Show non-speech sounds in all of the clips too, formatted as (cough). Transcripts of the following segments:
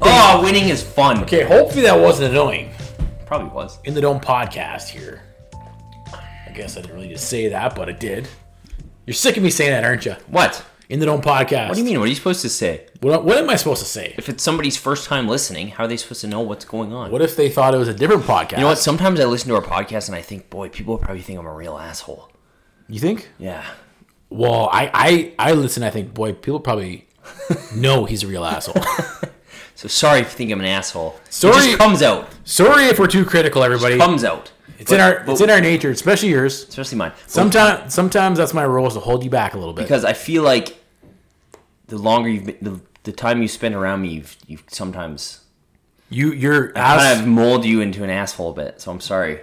Oh, winning is fun. Okay, hopefully that wasn't annoying Probably was. in the Dome podcast here. I guess I didn't really just say that, but it did. You're sick of me saying that, aren't you? What? In the Dome podcast. What do you mean? What are you supposed to say? What, what am I supposed to say? If it's somebody's first time listening, how are they supposed to know what's going on? What if they thought it was a different podcast? You know what? Sometimes I listen to our podcast and I think, boy, people probably think I'm a real asshole. You think? Yeah. Well, I I, I listen. I think, boy, people probably (laughs) know he's a real asshole. (laughs) So sorry if you think I'm an asshole. It Sorry- just comes out. Sorry if we're too critical, everybody. Comes out. It's in our it's in our nature, especially yours. especially mine. But Sometimes sometimes that's my role is to hold you back a little bit. because I feel like the longer you've been, the, the time you spend around me, you've, you've sometimes you you're kind as, of mold you into an asshole a bit. So I'm sorry.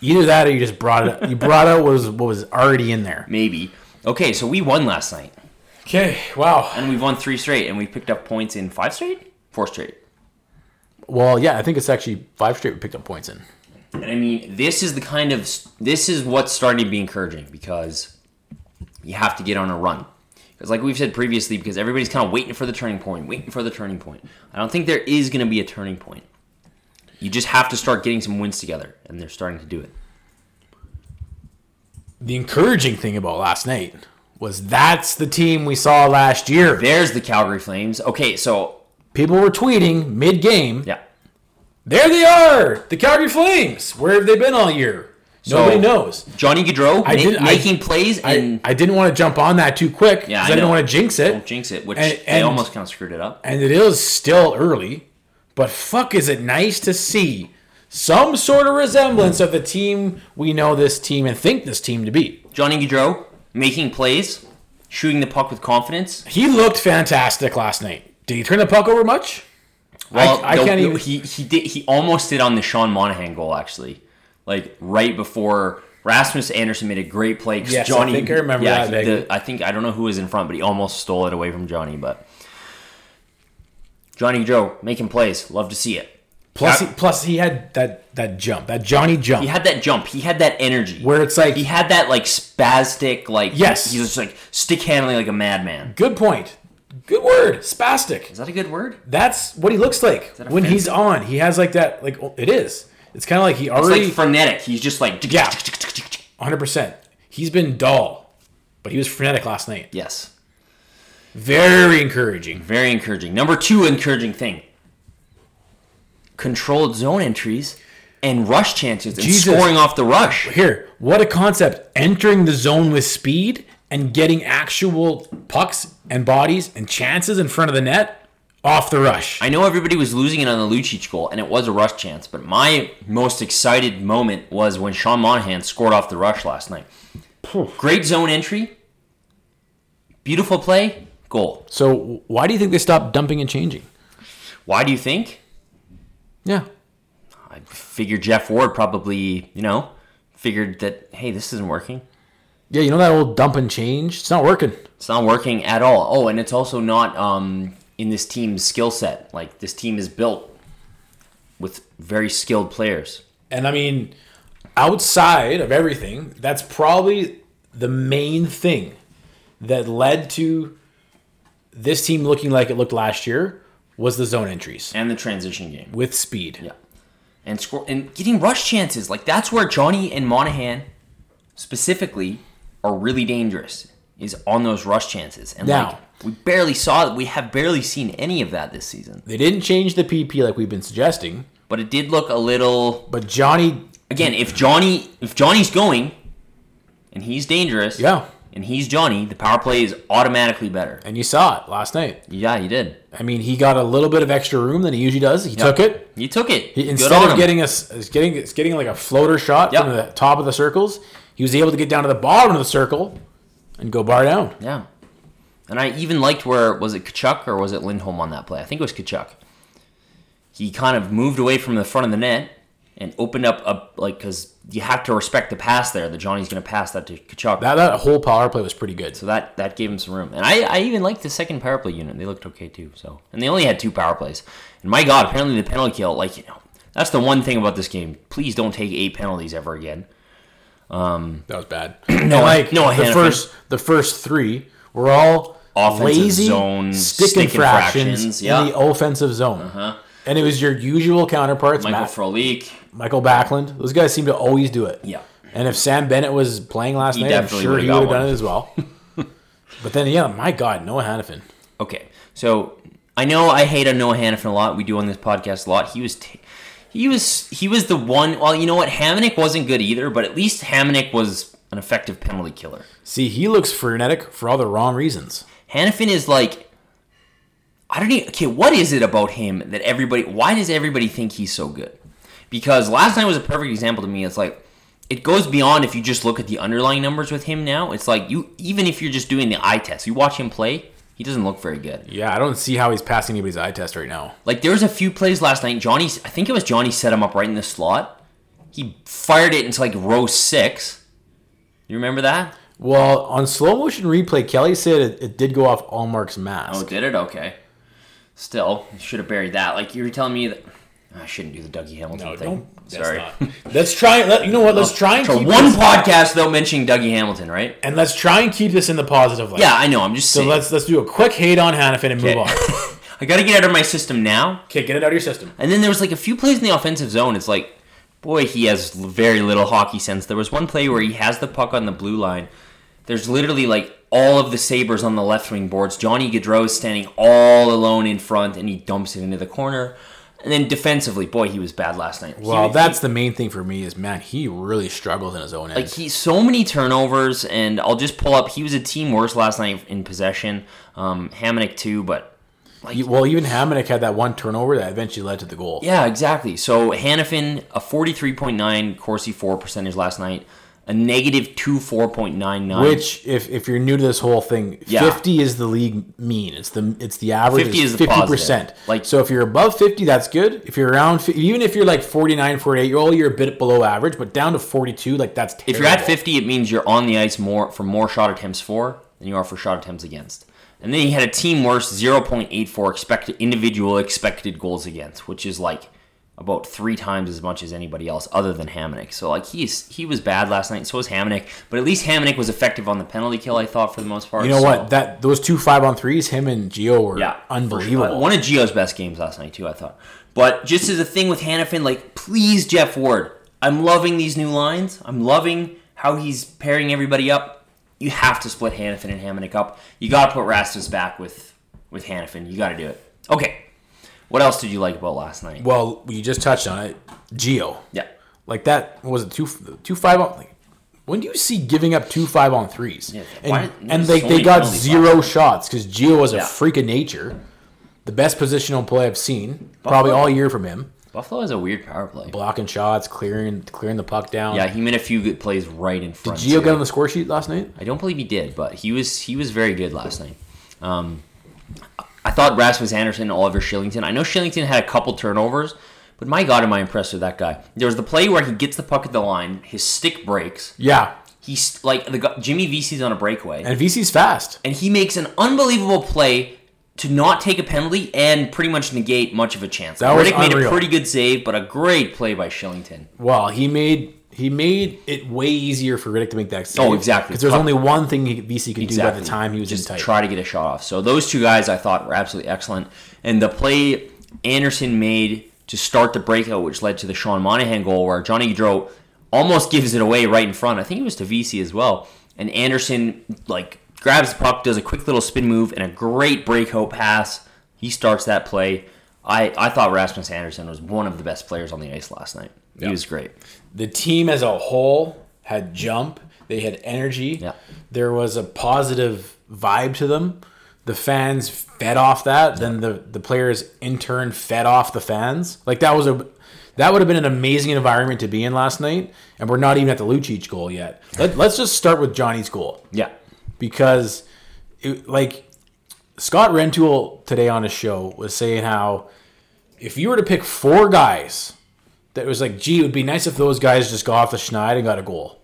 either that or you just brought it. You brought out what was what was already in there. Maybe. Okay, so we won last night, Okay. Wow. and we've won three straight, and we picked up points in five straight, four straight. Well, yeah, I think it's actually five straight we picked up points in. And I mean, this is the kind of this is what's starting to be encouraging because you have to get on a run. Because, like we've said previously, because everybody's kind of waiting for the turning point, waiting for the turning point. I don't think there is going to be a turning point. You just have to start getting some wins together, and they're starting to do it. The encouraging thing about last night was that's the team we saw last year. There's the Calgary Flames. Okay, so People were tweeting mid game. yeah, There they are, the Calgary Flames. Where have they been all year? Nobody knows. Johnny Gaudreau ma- did- I- making plays I, and I didn't want to jump on that too quick because Yeah, I, I didn't know. want to jinx don't it. jinx it, which and- they and- almost kind of screwed it up. And it is still early, but fuck, is it nice to see some sort of resemblance of the team we know this team and think this team to be. Johnny Gaudreau making plays, shooting the puck with confidence. He looked fantastic last night. Did he turn the puck over much? Well, I, I the- can't even. He he did. He almost did on the Sean Monahan goal actually, like right before Rasmus Anderson made a great play. 'cause Yes, I Johnny, think I remember yeah, that, he- the- Meg. I think I don't know who was in front, but he almost stole it away from Johnny. But Johnny Joe making plays, love to see it. plus, he, plus he had that that jump, that Johnny jump. He had that jump. He had that energy. Where it's like- he had that like spastic, like Yes. he's just like stick handling like a madman. Good point. Good word. Spastic. Is that a good word? That's what he looks like that when he's on. He has like that, like oh, it is. It's kind of like he already Like frenetic. He's just like Yeah. 100%. He's been dull, but he was frenetic last night. Yes. Very encouraging. Very encouraging. Number two encouraging thing. Controlled zone entries and rush chances and Jesus. scoring off the rush. Here, what a concept. Entering the zone with speed and getting actual pucks and bodies and chances in front of the net off the rush. I know everybody was losing it on the Lucic goal, and it was a rush chance, but my most excited moment was when Sean Monahan scored off the rush last night. Great zone entry. Beautiful play. Goal. So, why do you think they stopped dumping and changing? Why do you think? Yeah. I figured Jeff Ward probably, you know, figured that, hey, this isn't working. Yeah, you know that old dump and change? It's not working. It's not working at all. Oh, and it's also not um, in this team's skill set. Like this team is built with very skilled players. And I mean, outside of everything, that's probably the main thing that led to this team looking like it looked last year was the zone entries And the transition game. with speed. Yeah. And score and getting rush chances. Like that's where Johnny and Monahan specifically are really dangerous is on those rush chances. And Now- like we barely saw we have barely seen any of that this season. They didn't change the PP like we've been suggesting, But it did look a little but Johnny, again, if Johnny if Johnny's going and he's dangerous, yeah, and he's Johnny, the power play is automatically better. and you saw it last night. Yeah, he did. I mean, he got a little bit of extra room than he usually does. He took it. He took it. He, Good instead on of him. getting us getting it's getting like a floater shot Yep. from the top of the circles, he was able to get down to the bottom of the circle and go bar down. yeah, and I even liked where was it Kachuk or was it Lindholm on that play? I think it was Kachuk. He kind of moved away from the front of the net and opened up a like because you have to respect the pass there. That Johnny's going to pass that to Kachuk. That, that whole power play was pretty good. so that, that gave him some room, and I, I even liked the second power play unit. They looked okay too. So, and they only had two power plays. And my God, apparently the penalty kill, like you know, that's the one thing about this game. Please don't take eight penalties ever again. That was (clears throat) bad. No, And, I- like no, I the had a first the first three were all Offensive lazy zone stick, stick infractions, infractions, yeah. Uh-huh. in the offensive zone. And it was your usual counterparts, Michael Matt- Frolik. Michael Backlund. Those guys seem to always do it. Yeah. And if Sam Bennett was playing last night, I'm definitely sure would've he got would have done one. it as (laughs) well. but then, yeah, my God, Noah Hannafin. Okay, so I know I hate on Noah Hannafin a lot. We do on this podcast a lot. He was, t- he was, he was the one. Well, you know what? Hamannik wasn't good either, but at least Hamannik was an effective penalty killer. See, he looks frenetic for all the wrong reasons. Hannafin is like, I don't even. Okay, what is it about him that everybody? Why does everybody think he's so good? Because last night was a perfect example to me. It's like it goes beyond if you just look at the underlying numbers with him. Now it's like you, even if you're just doing the eye test, you watch him play. He doesn't look very good. Yeah, I don't see how he's passing anybody's eye test right now. Like there was a few plays last night. Johnny, I think it was Johnny set him up right in the slot. He fired it into like row six. You remember that? Well, on slow motion replay, Kelly said it, it did go off all Mark's mask. Oh, did it? Okay. Still, you should have buried that. Like you were telling me that I shouldn't do the Dougie Oh, Hamilton thing. Sorry. (laughs) Let's try. Let, you know what? Let's try and So keep one this, podcast without mentioning Dougie Hamilton, right? and let's try and keep this in the positive light. Yeah, I know. I'm just So saying. let's let's do a quick hate on Hannafin and move (laughs) on. (laughs) I got to get out of my system now. Okay, get it out of your system. And then there was like a few plays in the offensive zone. It's like, boy, he has l- very little hockey sense. There was one play where he has the puck on the blue line. There's literally like all of the Sabres on the left wing boards. Johnny Gaudreau is standing all alone in front and he dumps it into the corner. And then defensively, boy, he was bad last night. He Well, was- that's the main thing for me is man, he really struggles in his own end. like he so many turnovers, and I'll just pull up. He was a team worst last night in possession. Um, Hamonic too, but You- well, even Hamannik had that one turnover that eventually led to the goal. yeah, exactly. So Hannafin a forty three point nine Corsi four percentage last night, a negative two four point nine nine. Which, if, if you're new to this whole thing, Yeah. fifty is the league mean. It's the it's the average. 50 is the fifty positive. percent. Like- Like so, if you're above fifty, that's good. If you're around, fi- even if you're like 49, 48, you're all you're a bit below average, but down to forty two, like that's terrible. if you're at fifty, it means you're on the ice more for more shot attempts for than you are for shot attempts against. And then he had a team worst zero point eight four expected individual expected goals against, which is like about three times as much as anybody else other than Hamannik. So like he's he was bad last night, and so was Hamannik. But at least Hamannik was effective on the penalty kill, I thought, for the most part. you know so- what? That those two five on threes, him and Gio were Yeah, unbelievable. Uh, One of Gio's best games last night too, I thought. But just as a thing with Hannafin, like please Jeff Ward, I'm loving these new lines. I'm loving how he's pairing everybody up. You have to split Hannafin and Hamannik up. You got to put Rastus back with with Hannafin. You got to do it. Okay. What else did you like about last night? Well, you just touched on it, Gio. Yeah. Like that what was it two two five on like when do you see giving up two five on threes? why and did- and there's they, so they many got penalties zero shots because Gio was a Yeah. freak of nature. The best positional play I've seen probably all year from him. Buffalo has a weird power play. Blocking shots, clearing clearing the puck down. Yeah, he made a few good plays right in front. Gio too. got on the score sheet last night. I don't believe he did, but he was he was very good last night. Um, I thought Rasmus Anderson and Oliver Shillington. I know Shillington had a couple turnovers, but my God, am I impressed with that guy? There was the play where he gets the puck at the line, his stick breaks. Yeah. He's like the gu- Jimmy VC's on a breakaway, And VC's fast. and he makes an unbelievable play to not take a penalty and pretty much negate much of a chance. That was Riddick made a unreal. pretty good save, but a great play by Shillington. Well, he made he made it way easier for Riddick to make that save. Oh, exactly. Because there's only one thing he- VC could do by Exactly. the time he was just in tight. try to get a shot off. So those two guys I thought were absolutely excellent. And the play Anderson made to start the breakout, which led to the Sean Monahan goal, where Johnny Gaudreau almost gives it away right in front. I think it was to VC as well. And Anderson like grabs the puck, does a quick little spin move, and a great breakout pass. He starts that play. I, I thought Rasmus Anderson was one of the best players on the ice last night. He was great. the team as a whole had jump. They had energy. Yeah. There was a positive vibe to them. The fans fed off that. Then the, the players in turn fed off the fans. Like that was a that would have been an amazing environment to be in last night. And we're not even at the Lucic goal yet. Let, let's just start with Johnny's goal Yeah. because it, like Scott Rentoul today on his show was saying how if you were to pick four guys that was like, gee, it would be nice if those guys just got off the schneid and got a goal.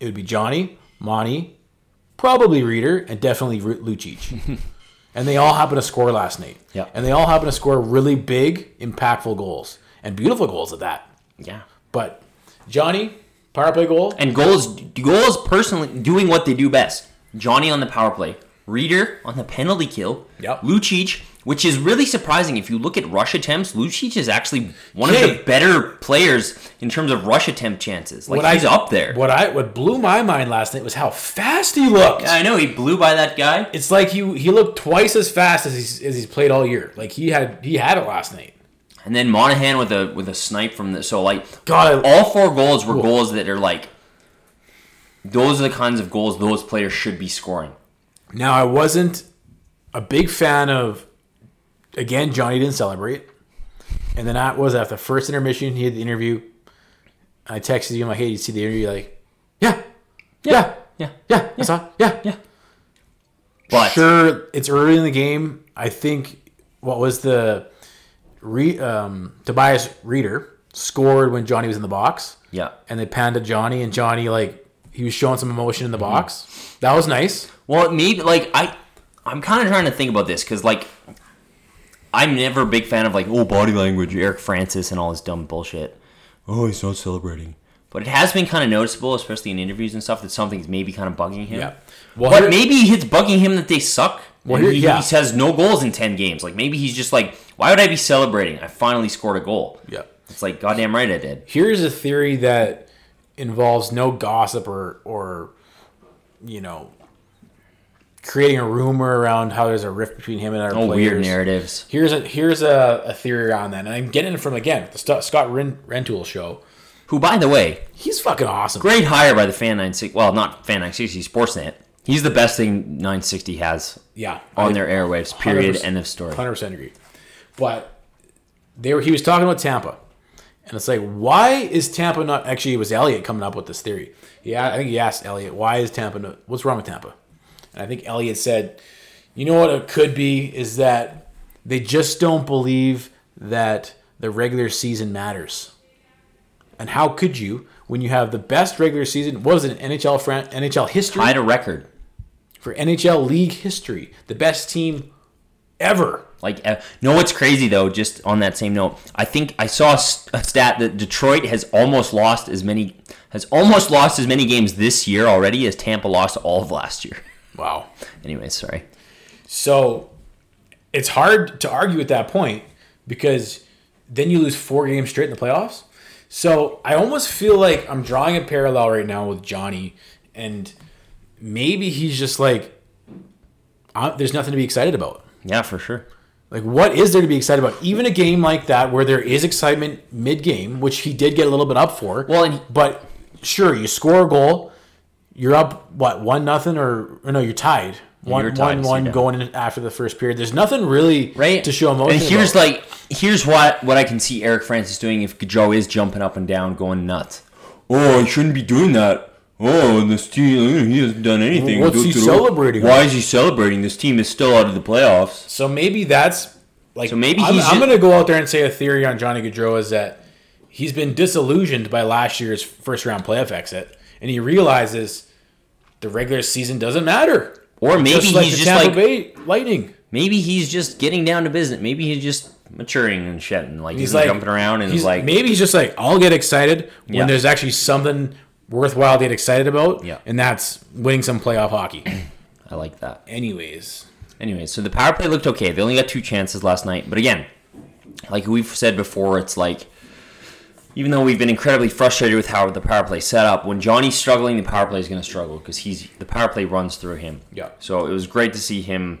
It would be Johnny, Monty, probably Reader, and definitely Ru- Lucic. and they all happened to score last night. Yeah. And they all happened to score really big, impactful goals and beautiful goals at that. Yeah. But Johnny, Power play goal. And goals, goals personally doing what they do best. Johnny on the power play, Reader on the penalty kill, Yep. Lucic, which is really surprising if you look at rush attempts. Lucic is actually one of Okay. the better players in terms of rush attempt chances. Like What he's I- up there. What I what blew my mind last night was how fast he looked. I know he blew by that guy. It's like he he looked twice as fast as he's as he's played all year. Like he had he had it last night. And then Monahan with a with a snipe from the so like God, I- all four goals were goals that are like those are the kinds of goals those players should be scoring. Now I wasn't a big fan of again Johnny didn't celebrate, and then that was after the first intermission he had the interview. I texted you I'm like, hey, you see the interview? You're like, yeah, yeah, Yeah. yeah, I saw, yeah, yeah. But sure, it's early in the game. I think what was the re, um, Tobias Reader scored when Johnny was in the box, yeah. and they panned to Johnny, and Johnny like he was showing some emotion in the box. That was nice. Well, maybe like I, I'm kind of trying to think about this because like, I'm never a big fan of like oh body language, Eric Francis and all this dumb bullshit. Oh, he's not celebrating. But it has been kind of noticeable, especially in interviews and stuff, that something's maybe kind of bugging him. Yeah. Well, Well, here- but maybe it's bugging him that they suck. Well, Well, here- he, yeah. he has no goals in ten games. Like maybe he's just like, why would I be celebrating? I finally scored a goal. Yeah. It's like goddamn right I did. Here's a theory that involves no gossip or or you know creating a rumor around how there's a rift between him and other No players. weird narratives. Here's a here's a, a theory on that, and I'm getting it from again the St- Scott Ren- Rentoul show. Who, by the way, He's fucking awesome. great hire by the Fan 960. Well, not Fan 960, Sportsnet. He's the best thing 960 has Yeah, on their airwaves, period, 100%. end of story. hundred percent agree. But they were he was talking about Tampa, and it's like why is Tampa not actually it was Elliot coming up with this theory? Yeah, I think he asked Elliot why is Tampa no, what's wrong with Tampa, and I think Elliot said, you know what it could be is that they just don't believe that the regular season matters. And how could you when you have the best regular season? What was it in NHL fran- NHL history? I had a record. for NHL league history, the best team ever. Like, eh, no, what's crazy though, just on that same note, I think I saw a s- a stat that Detroit has almost lost as many has almost lost as many games this year already as Tampa lost all of last year. (laughs) Wow. Anyways, sorry. So it's hard to argue at that point because then you lose four games straight in the playoffs. So I almost feel like I'm drawing a parallel right now with Johnny, and maybe he's just like, i there's nothing to be excited about. Yeah, for sure. Like, what is there to be excited about? Even a game like that where there is excitement mid game, which he did get a little bit up for. Well, and- but sure, you score a goal, you're up what one nothing or, or no, you're tied one you're one tied, so one you're down. going in after the first period. There's nothing really right? to show emotion. And here's about. like here's what what I can see Eric Francis doing if Joe is jumping up and down, going nuts. Oh, I shouldn't be doing that. Oh, and this team he hasn't done anything. What's he celebrating? Why is he celebrating? This team is still out of the playoffs. so maybe that's like So maybe I'm, he's I'm ju- gonna go out there and say a theory on Johnny Gaudreau is that he's been disillusioned by last year's first round playoff exit, and he realizes the regular season doesn't matter. Or maybe just like he's the just Tampa like Bay Lightning. maybe he's just getting down to business. Maybe he's just maturing and shit and like he's He's like jumping around and he's like maybe he's just like I'll get excited when Yeah. there's actually something worthwhile to get excited about. Yeah. and that's winning some playoff hockey. (clears throat) I like that. Anyways, Anyway, so the power play looked okay. They only got two chances last night. But again, like we've said before, it's like even though we've been incredibly frustrated with how the power play set up, when Johnny's struggling, the power play is going to struggle because he's the power play runs through him. Yeah. So it was great to see him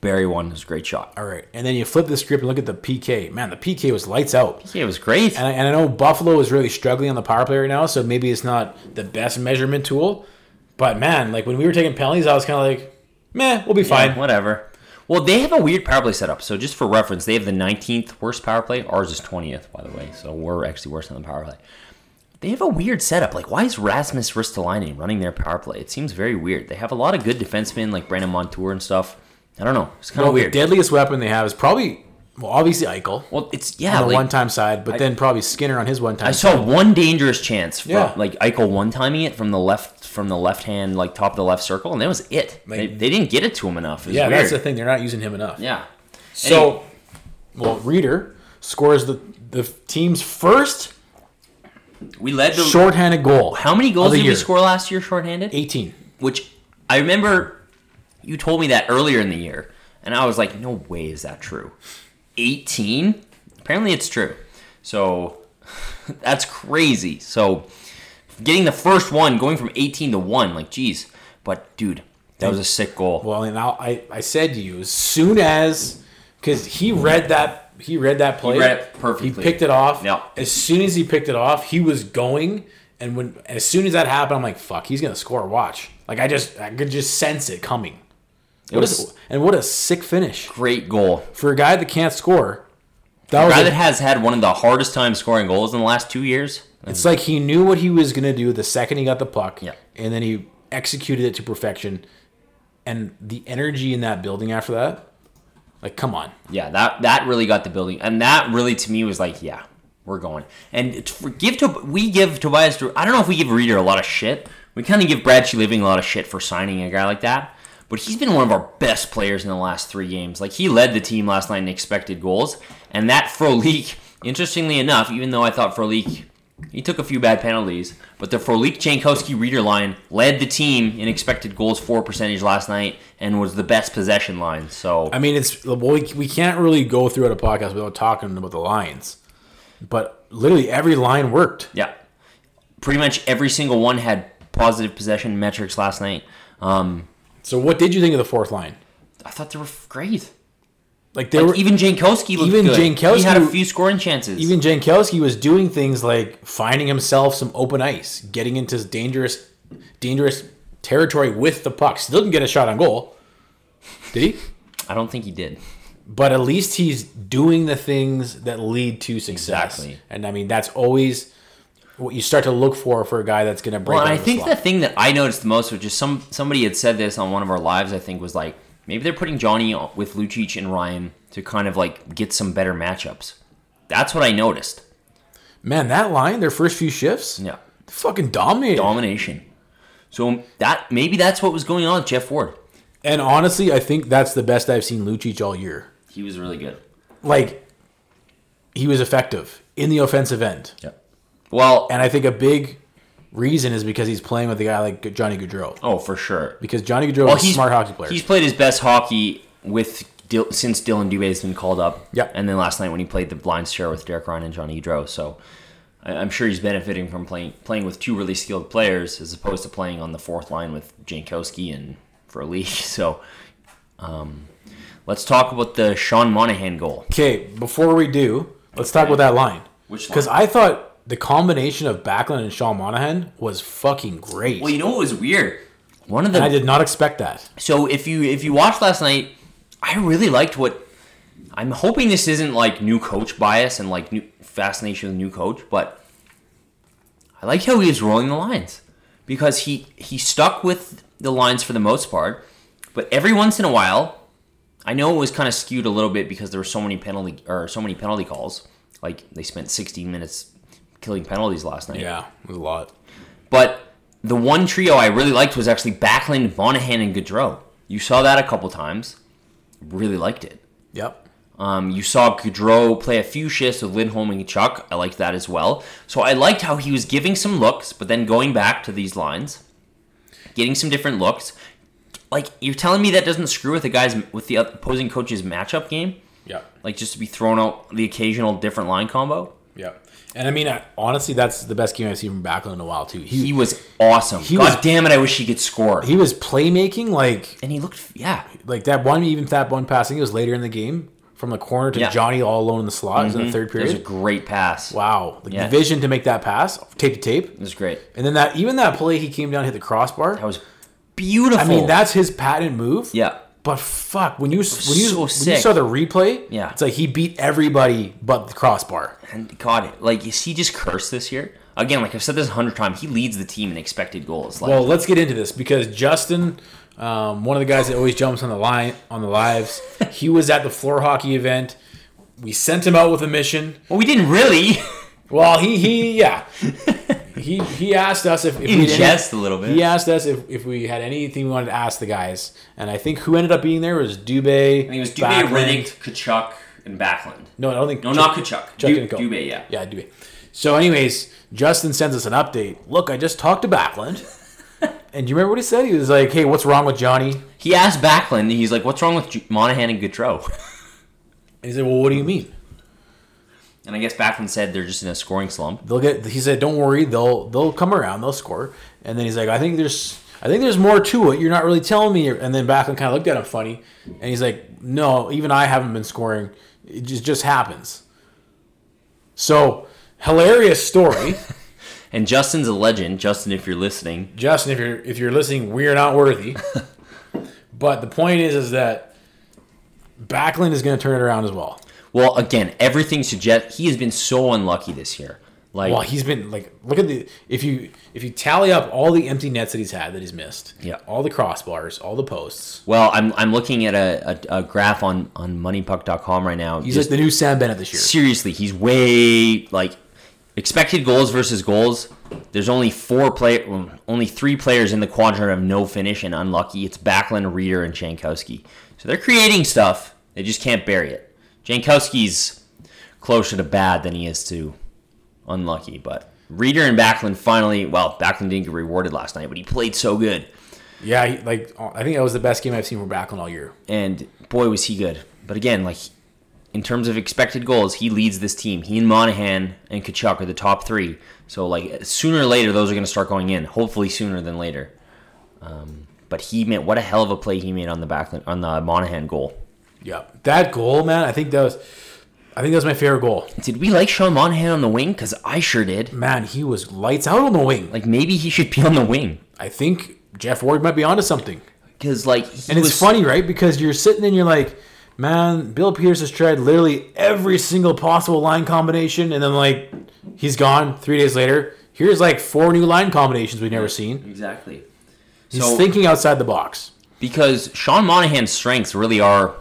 bury one. It was a great shot. all right, and then you flip the script and look at the PK. Man, the PK was lights out. Yeah, it was great. And I, and I know Buffalo is really struggling on the power play right now, so maybe it's not the best measurement tool. But man, like when we were taking penalties, I was kind of like, meh, we'll be fine. Whatever. Well, they have a weird power play setup. So just for reference, they have the 19th worst power play. Ours is 20th, by the way. So we're actually worse than the power play. They have a weird setup. Like, why is Rasmus Ristolainen running their power play? It seems very weird. They have a lot of good defensemen like Brandon Montour and stuff. I don't know. It's kind Well, of the weird. deadliest weapon they have is probably well, obviously Eichel well, it's yeah. on the like, one-time side, but then probably Skinner on his one-time. I saw one dangerous chance from Yeah. like Eichel one timing it from the left from the left hand like top of the left circle, and that was it. they, they didn't get it to him enough. It was Yeah, weird. that's the thing. They're not using him enough. yeah. So, well, Reader scores the the team's first We led the Shorthanded goal. How many goals Other did year. we score last year shorthanded? 18. Which I remember you told me that earlier in the year, and I was like, no way is that true. 18? Apparently it's true. So (laughs) that's crazy. So getting the first one, going from 18 to 1, like, geez. But dude, that was a sick goal. Well, and I'll, I I said to you as soon as because he read that he read that play read it perfectly. He picked it off. Yeah. As soon as he picked it off, he was going. And when as soon as that happened, I'm like, "Fuck, he's gonna score." Watch. Like I just I could just sense it coming. It What was is- and what a sick finish a great goal. for a guy that can't score. That was guy a- that has had one of the hardest times scoring goals in the last two years. It's like he knew what he was going to do the second he got the puck, Yeah. and then he executed it to perfection. And the energy in that building after that, like, come on. Yeah, that that really got the building, and that really to me was like, yeah, we're going. And to give to we give Tobias. Dur- I don't know if we give Reader a lot of shit. We kind of give Bradshaw Living a lot of shit for signing a guy like that, but he's been one of our best players in the last three games. Like he led the team last night in expected goals, and that Frolik. Interestingly enough, even though I thought Frolik. He took a few bad penalties, but the Frolik Jankowski reader line led the team in expected goals for percentage last night and was the best possession line. So I mean, it's well, we, we can't really go throughout a podcast without talking about the lines, but literally every line worked. Yeah. Pretty much every single one had positive possession metrics last night. Um, So, what did you think of the fourth line? I thought they were great. Like, they were, Like, even Jankowski looked even good. Jankowski- he had a few scoring chances. even Jankowski was doing things like finding himself some open ice, getting into dangerous, dangerous territory with the puck. Still didn't get a shot on goal, did he? I don't think he did. but at least he's doing the things that lead to success. Exactly. And I mean, that's always what you start to look for for a guy that's going to break. Well, and out I of the think slump. the thing that I noticed the most was just some somebody had said this on one of our lives. I think was like maybe they're putting Johnny with Lucic and Ryan to kind of like get some better matchups. That's what I noticed. man, that line, their first few shifts, Yeah. they fucking dominated. Domination. So um, that maybe that's what was going on with Jeff Ward. and honestly, I think that's the best I've seen Lucic all year. He was really good. Like, he was effective in the offensive end, Yeah. Well, and I think a big reason is because he's playing with a guy like Johnny Gaudreau. oh for sure. Because Johnny Gaudreau Well, is a smart hockey player. He's played his best hockey with Dil- since Dylan Dubé has been called up. Yep. And then last night when he played the blind share with Derek Ryan and Johnny Gaudreau. So I- I'm sure he's benefiting from playing playing with two really skilled players as opposed to playing on the fourth line with Jankowski and Frolik. (laughs) So um, let's talk about the Sean Monahan goal. Okay, before we do, let's talk about that line. Which line? Because I thought the combination of Backlund and Sean Monahan was fucking great. Well, you know what was weird? One of the and I did not expect that. So if you if you watched last night, I really liked what. I'm hoping this isn't like new coach bias and like new fascination with new coach, but I liked how he was rolling the lines because he he stuck with the lines for the most part, but every once in a while, I know it was kind of skewed a little bit because there were so many penalty or so many penalty calls. Like they spent 16 minutes killing penalties last night. Yeah, it was a lot. But the one trio I really liked was actually Backlund, Monahan, and Gaudreau. You saw that a couple times. Really liked it. Yep. Um, you saw Gaudreau play a few shifts with Lindholm and Chuck. I liked that as well. So I liked how he was giving some looks, but then going back to these lines, getting some different looks. Like you're telling me that doesn't screw with the guys with the opposing coach's matchup game. Yep. Like just to be thrown out the occasional different line combo. Yep. And I mean, I, honestly, that's the best game I've seen from Backlund in a while, too. He, He was awesome. God was- damn it! I wish he could score. he was playmaking like and he looked, yeah, like that one, even that one passing. It was later in the game from the corner to Yeah. Mm-hmm. Johnny all alone in the slot. It was in the third It was a period. great pass. Wow. Like, Yeah. The vision to make that pass, tape to tape. It was great. And then that even that play, he came down, hit the crossbar. That was beautiful. I mean, that's his patent move. yeah. But fuck, when you when you, so when you sick. saw the replay, Yeah. it's like he beat everybody but the crossbar. And God, like is he just cursed this year? Again, like I've said this a hundred times, he leads the team in expected goals. Like Well, let's get into this because Justin, um, one of the guys that always jumps on the line on (laughs) the lives, he was at the floor hockey event. We sent him out with a mission. Well, we didn't really (laughs) Well, he he yeah, he he asked us if, if we in had any- jest a little bit. He asked us if, if we had anything we wanted to ask the guys, and I think who ended up being there was Dubé. I mean, it was Dubé, Backlund. Riddick, Kachuk, and Backlund. No, I don't think. No, not Kachuk. Chuck Du- and Cole. Dubé, yeah. Yeah, Dubé. So, anyways, Justin sends us an update. Look, I just talked (laughs) to Backlund. and do you remember what he said? He was like, hey, what's wrong with Johnny? And He asked Backlund, he's like, "What's wrong with Ju- Monahan and Gaudreau?" (laughs) he said, well, what do you mean? And I guess Backlund said they're just in a scoring slump. They'll get. He said, don't worry, they'll they'll come around, they'll score. And then he's like, I think there's I think there's more to it. You're not really telling me. And then Backlund kind of looked at him funny, and he's like, no, even I haven't been scoring. It just just happens. So hilarious story. And Justin's a legend. Justin, if you're listening, Justin, if you're if you're listening, we're not (laughs) worthy. but the point is, is that Backlund is going to turn it around as well. well, again, everything suggests he has been so unlucky this year. Like, Well, he's been like, look at the if you if you tally up all the empty nets that he's had that he's missed, Yeah. all the crossbars, all the posts. well, I'm I'm looking at a, a, a graph on on MoneyPuck.com right now. He's Just- like the new Sam Bennett this year. seriously, he's way like expected goals versus goals. There's only four play, well, only three players in the quadrant of no finish and unlucky. It's Backlund, Reader, and Jankowski. So they're creating stuff. They just can't bury it. Jankowski's closer to bad than he is to unlucky, but Reader and Backlund finally. Well, Backlund didn't get rewarded last night, but he played so good, Yeah, he, like I think that was the best game I've seen from Backlund all year. and boy was he good. But again, like in terms of expected goals, he leads this team. He and Monahan and Kachuk are the top three. So like sooner or later, those are going to start going in. Hopefully sooner than later. Um, but he made what a hell of a play he made on the back on the Monahan goal. Yeah, that goal, man. I think that was, I think that was my favorite goal. Did we like Sean Monahan on the wing? Because I sure did. Man, he was lights out on the wing. Like maybe he should be on the wing. I think Jeff Ward might be onto something. Because like he And it's was- funny, right? Because you're sitting and you're like, man, Bill Pierce has tried literally every single possible line combination, and then like he's gone three days later. Here's like four new line combinations we've never seen. exactly. He's thinking outside the box. because Sean Monahan's strengths really are.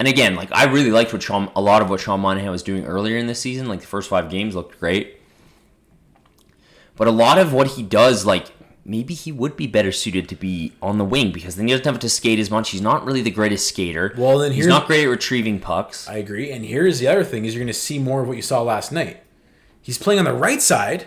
And again, like I really liked what Sean, a lot of what Sean Monahan was doing earlier in this season. Like the first five games looked great, but a lot of what he does, like maybe he would be better suited to be on the wing because then he doesn't have to skate as much. He's not really the greatest skater. Well, then he's here's- not great at retrieving pucks. I agree. And here's the other thing: is you're going to see more of what you saw last night. He's playing on the right side.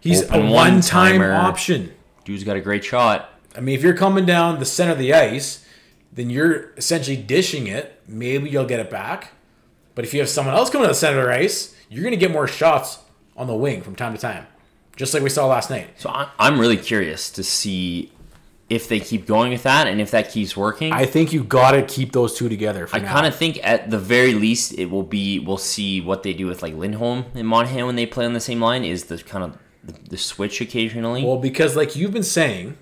He's Open a one-time one-timer. option. Dude's got a great shot. I mean, if you're coming down the center of the ice, then you're essentially dishing it. Maybe you'll get it back. But if you have someone else coming to the center of the ice, you're going to get more shots on the wing from time to time, just like we saw last night. So I, I'm really curious to see if they keep going with that and if that keeps working. I think you got to keep those two together for I kind of think at the very least it will be we'll see what they do with like Lindholm and Monahan when they play on the same line is the kind of the, the switch occasionally. Well, because like you've been saying,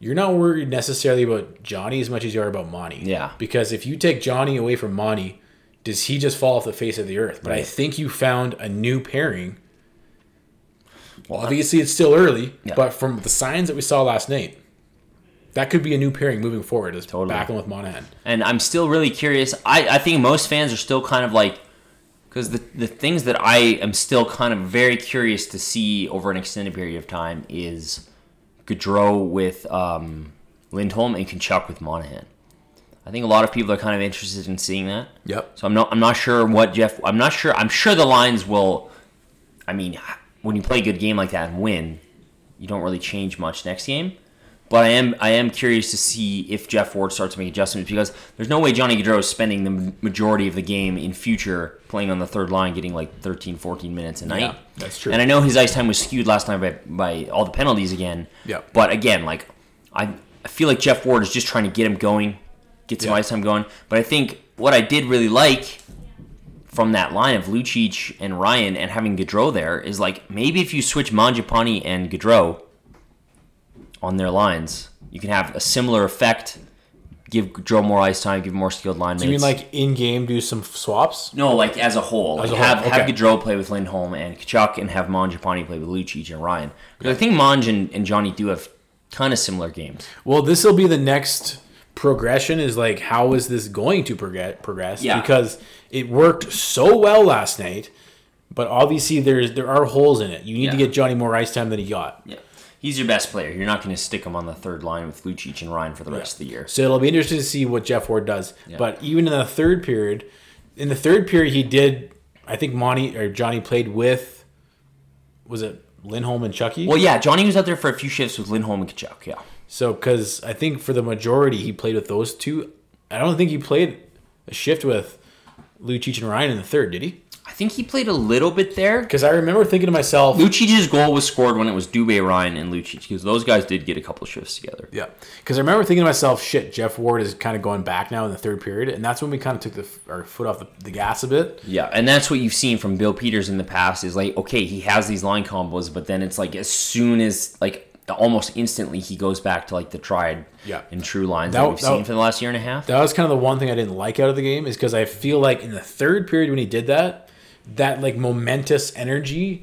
you're not worried necessarily about Johnny as much as you are about Monty. Yeah. Because if you take Johnny away from Monty, does he just fall off the face of the earth? But I think you found a new pairing. Well, obviously it's still early, Yeah. but from the signs that we saw last night, that could be a new pairing moving forward. Is Totally. back in with Monahan. and I'm still really curious. I, I think most fans are still kind of like because the the things that I am still kind of very curious to see over an extended period of time is Gaudreau with um, Lindholm and Kachuk with Monahan. I think a lot of people are kind of interested in seeing that. Yep. So I'm not I'm not sure what Jeff I'm not sure I'm sure the lines will I mean when you play a good game like that and win, you don't really change much next game. But I am I am curious to see if Jeff Ward starts to make adjustments because there's no way Johnny Gaudreau is spending the m- majority of the game in future playing on the third line getting like 13 14 minutes a night. Yeah, that's true. And I know his ice time was skewed last night by, by all the penalties again. Yeah. But again, like I I feel like Jeff Ward is just trying to get him going, get some Yeah. ice time going. But I think what I did really like from that line of Lucic and Ryan and having Gaudreau there is like maybe if you switch Manjapani and Gaudreau on their lines, you can have a similar effect. Give Gaudreau more ice time, give him more skilled line You mean mates. like in game do some f- swaps? no, like as a whole, like a whole, have have okay. Gaudreau play with Lindholm and Kachuk, and have Manjapani play with Lucic and Ryan. Because I think Manj and, and Johnny do have kind of similar games. Well, this will be the next progression is like how is this going to progre- progress Yeah. because it worked so well last night but obviously there's there are holes in it you need to Yeah. get johnny more ice time than he got Yeah. He's your best player. You're not going to stick him on the third line with Lucic and Ryan for the rest of the year. so it'll be interesting to see what jeff ward does but even in the third period in the third period he did I think Monty or Johnny played with, was it Lindholm and Chucky? Well, yeah, Johnny was out there for a few shifts with Lindholm and Kachuk. Yeah. So, because I think for the majority he played with those two. I don't think he played a shift with Lucic and Ryan in the third, did he? I think he played a little bit there. Because I remember thinking to myself, Lucic's goal was scored when it was Dubé, Ryan, and Lucic because those guys did get a couple shifts together. yeah, because I remember thinking to myself, shit, Jeff Ward is kind of going back now in the third period, and that's when we kind of took the, our foot off the, the gas a bit. Yeah, and that's what you've seen from Bill Peters in the past is like, okay, he has these line combos, but then it's like as soon as like almost instantly he goes back to like the tried Yeah. and true lines That that, w- we've that seen w- for the last year and a half. That was kind of the one thing I didn't like out of the game is because I feel like in the third period when he did that, that like momentous energy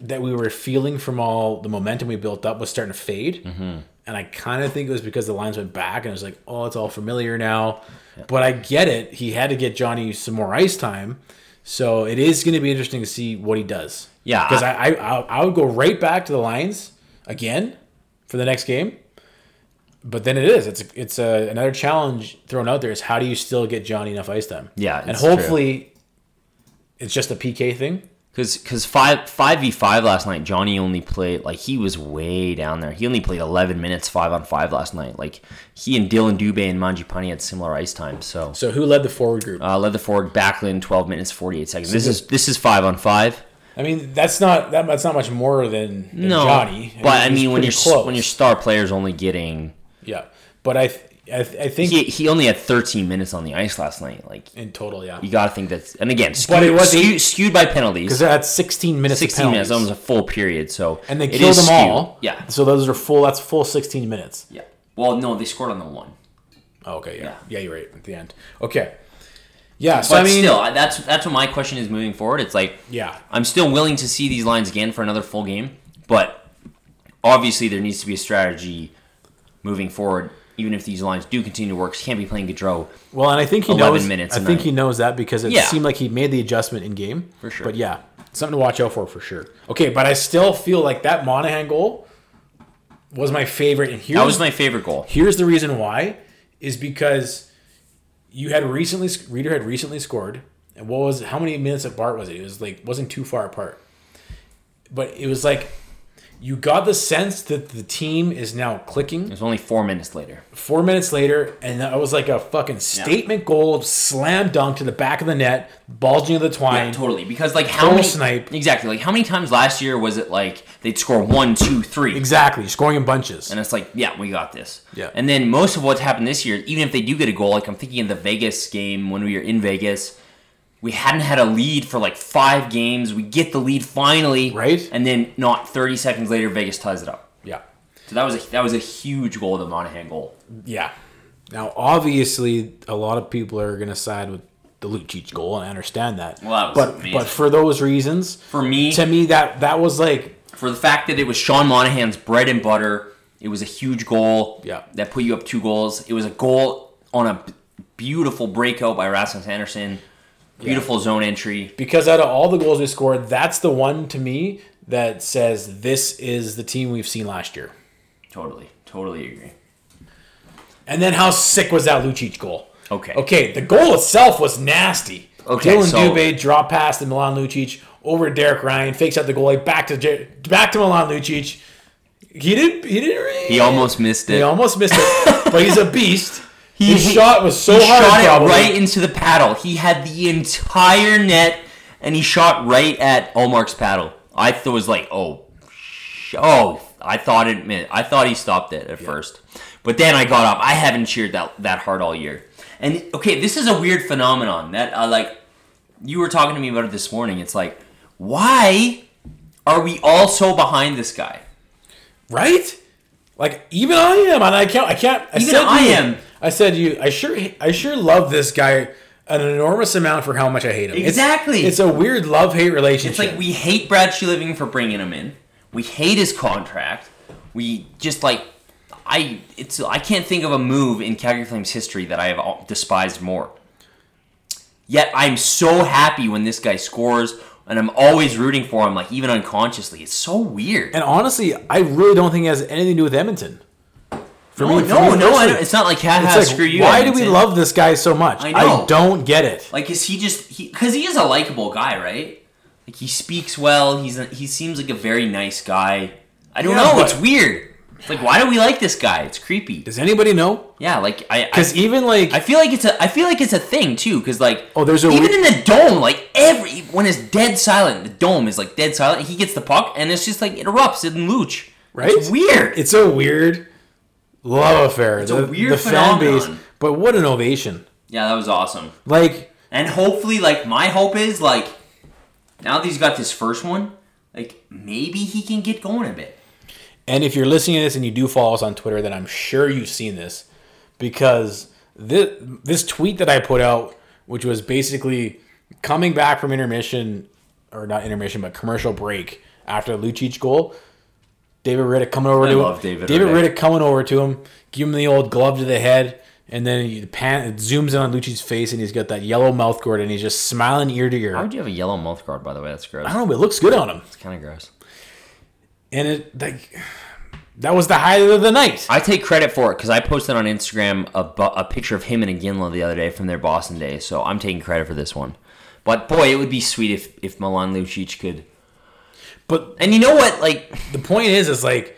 that we were feeling from all the momentum we built up was starting to fade. And I kind of think it was because the lines went back and it was like, oh, it's all familiar now. But I get it. He had to get Johnny some more ice time. So it is going to be interesting to see what he does. Yeah, Because I, I, I, I would go right back to the lines again for the next game. But then it is. It's it's uh another challenge thrown out there is how do you still get Johnny enough ice time? Yeah, and it's true. hopefully it's just a PK thing. Cause, cause five five v five last night. Johnny only played like he was way down there. He only played eleven minutes five on five last night. Like he and Dylan Dubé and Manjipani had similar ice time. So So who led the forward group? uh, led the forward Backlund twelve minutes forty eight seconds. This is this is five on five. I mean, that's not that that's not much more than, than No, Johnny. but I he's mean when your pretty when your star player's only getting yeah. But I th- I, th- I think he, he only had thirteen minutes on the ice last night. Like in total, yeah, you got to think that's and again skewed, it was- skewed, skewed by penalties. because that's sixteen minutes. of 16 minutes, that penalties. was a full period. So and they it killed is them all. skewed. Yeah, So those are full. That's full sixteen minutes. yeah. Well, no, they scored on the one. Oh, okay. Yeah. yeah. you're right. At the end. Okay. Yeah. So But I mean, still, I- that's that's what my question is moving forward. It's like yeah. I'm still willing to see these lines again for another full game, but obviously there needs to be a strategy moving forward. Even if these lines do continue to work, 'cause you can't be playing Gaudreau. Well, and I think he 11 knows. minutes I a think night. he knows that because it Yeah. seemed like he made the adjustment in game. For sure. But yeah, something to watch out for for sure. Okay, but I still feel like that Monahan goal was my favorite, and here's That was my favorite goal. here's the reason why is because you had recently reader had recently scored, and what was how many minutes apart was it? It was like wasn't too far apart, but it was like. You got the sense that the team is now clicking It was only four minutes later. four minutes later, and that was like a fucking statement goal, slam dunk to the back of the net, bulging of the twine. Yeah, totally. Because like how Goal many snipe. exactly like how many times last year was it like they'd score one, two, three, Exactly, scoring in bunches. and it's like yeah, we got this. Yeah. And then most of what's happened this year, even if they do get a goal, like I'm thinking of the Vegas game when we were in Vegas, we hadn't had a lead for like five games. We get the lead finally, Right. And then not 30 seconds later, Vegas ties it up. yeah, So that was a, that was a huge goal, the Monahan goal. yeah. Now, obviously, a lot of people are gonna side with the Lucic goal, and I understand that. Well, that was but amazing. but for those reasons, For me, to me that that was like for the fact that it was Sean Monahan's bread and butter. It was a huge goal Yeah. that put you up two goals. It was a goal on a b- beautiful breakout by Rasmus Anderson. Beautiful zone entry. because out of all the goals we scored, that's the one to me that says this is the team we've seen last year. Totally, totally agree. And then how sick was that Lucic goal? Okay. Okay, the goal itself was nasty. Okay, Dylan so- Dubé drop pass to Milan Lucic over Derek Ryan, fakes out the goalie back to Jer- back to Milan Lucic. He didn't. He didn't. Really, (laughs) He almost missed it. He almost missed it, but he's a beast. (laughs) He- His shot was so He hard. shot it probably. right into the paddle. He had the entire net, and he shot right at Allmark's paddle. I th- was like, oh, sh- oh, I thought it meant. I thought he stopped it at first, but then I got up. I haven't cheered that that hard all year. And okay, this is a weird phenomenon that I like. You were talking to me about it this morning. It's like, why are we all so behind this guy? Right? Like even I am, and I can't. I can't. I Even said I you- am. I said you. I sure. I sure love this guy an enormous amount for how much I hate him. It's- Exactly. It's, a weird love hate relationship. It's like we hate Brad Living for bringing him in. We hate his contract. We just like I it's I can't think of a move in Calgary Flames history that I have all- despised more. Yet I'm so happy when this guy scores, and I'm always rooting for him, like even unconsciously. It's so weird. And honestly, I really don't think it has anything to do with Edmonton. For Oh me, no, for me no, I personally, don't- it's not like cat it's hat. like, screw you. Why and do it's we in. love this guy so much? I know. I don't get it. Like, is he just he? Because he is a likable guy, right? Like he speaks well. He's a, he seems like a very nice guy. I don't Yeah, know. but- It's weird. It's like why do we like this guy? It's creepy. Does anybody know? Yeah, like I I, Because even like I feel like it's a I feel like it's a thing too. Because like Oh, there's a even weird- in the dome, like every when it's dead silent, the dome is like dead silent. He gets the puck, and it's just like it erupts in looch. Right? It's weird. it's a weird love affair. It's a weird phenomenon. but what an ovation! yeah, that was awesome. Like And hopefully, like my hope is like now that he's got this first one, like maybe he can get going a bit. And if you're listening to this and you do follow us on Twitter, then I'm sure you've seen this because this, this tweet that I put out, which was basically coming back from intermission, or not intermission, but commercial break after the Lucic goal, David Riddick coming over to love him. David Riddick. Riddick coming over to him, give him the old glove to the head, and then you pan, it zooms in on Lucic's face, and he's got that yellow mouth guard, and he's just smiling ear to ear. Why I would you have a yellow mouth guard? By the way, that's gross. don't know, it looks good on him. It's kind of gross. And it like that was the highlight of the night. I take credit for it because I posted on Instagram a, bu- a picture of him and a Ginla the other day from their Boston days, so I'm taking credit for this one. But boy, it would be sweet if if Milan Lucic could. But And you know what? Like, the point is is like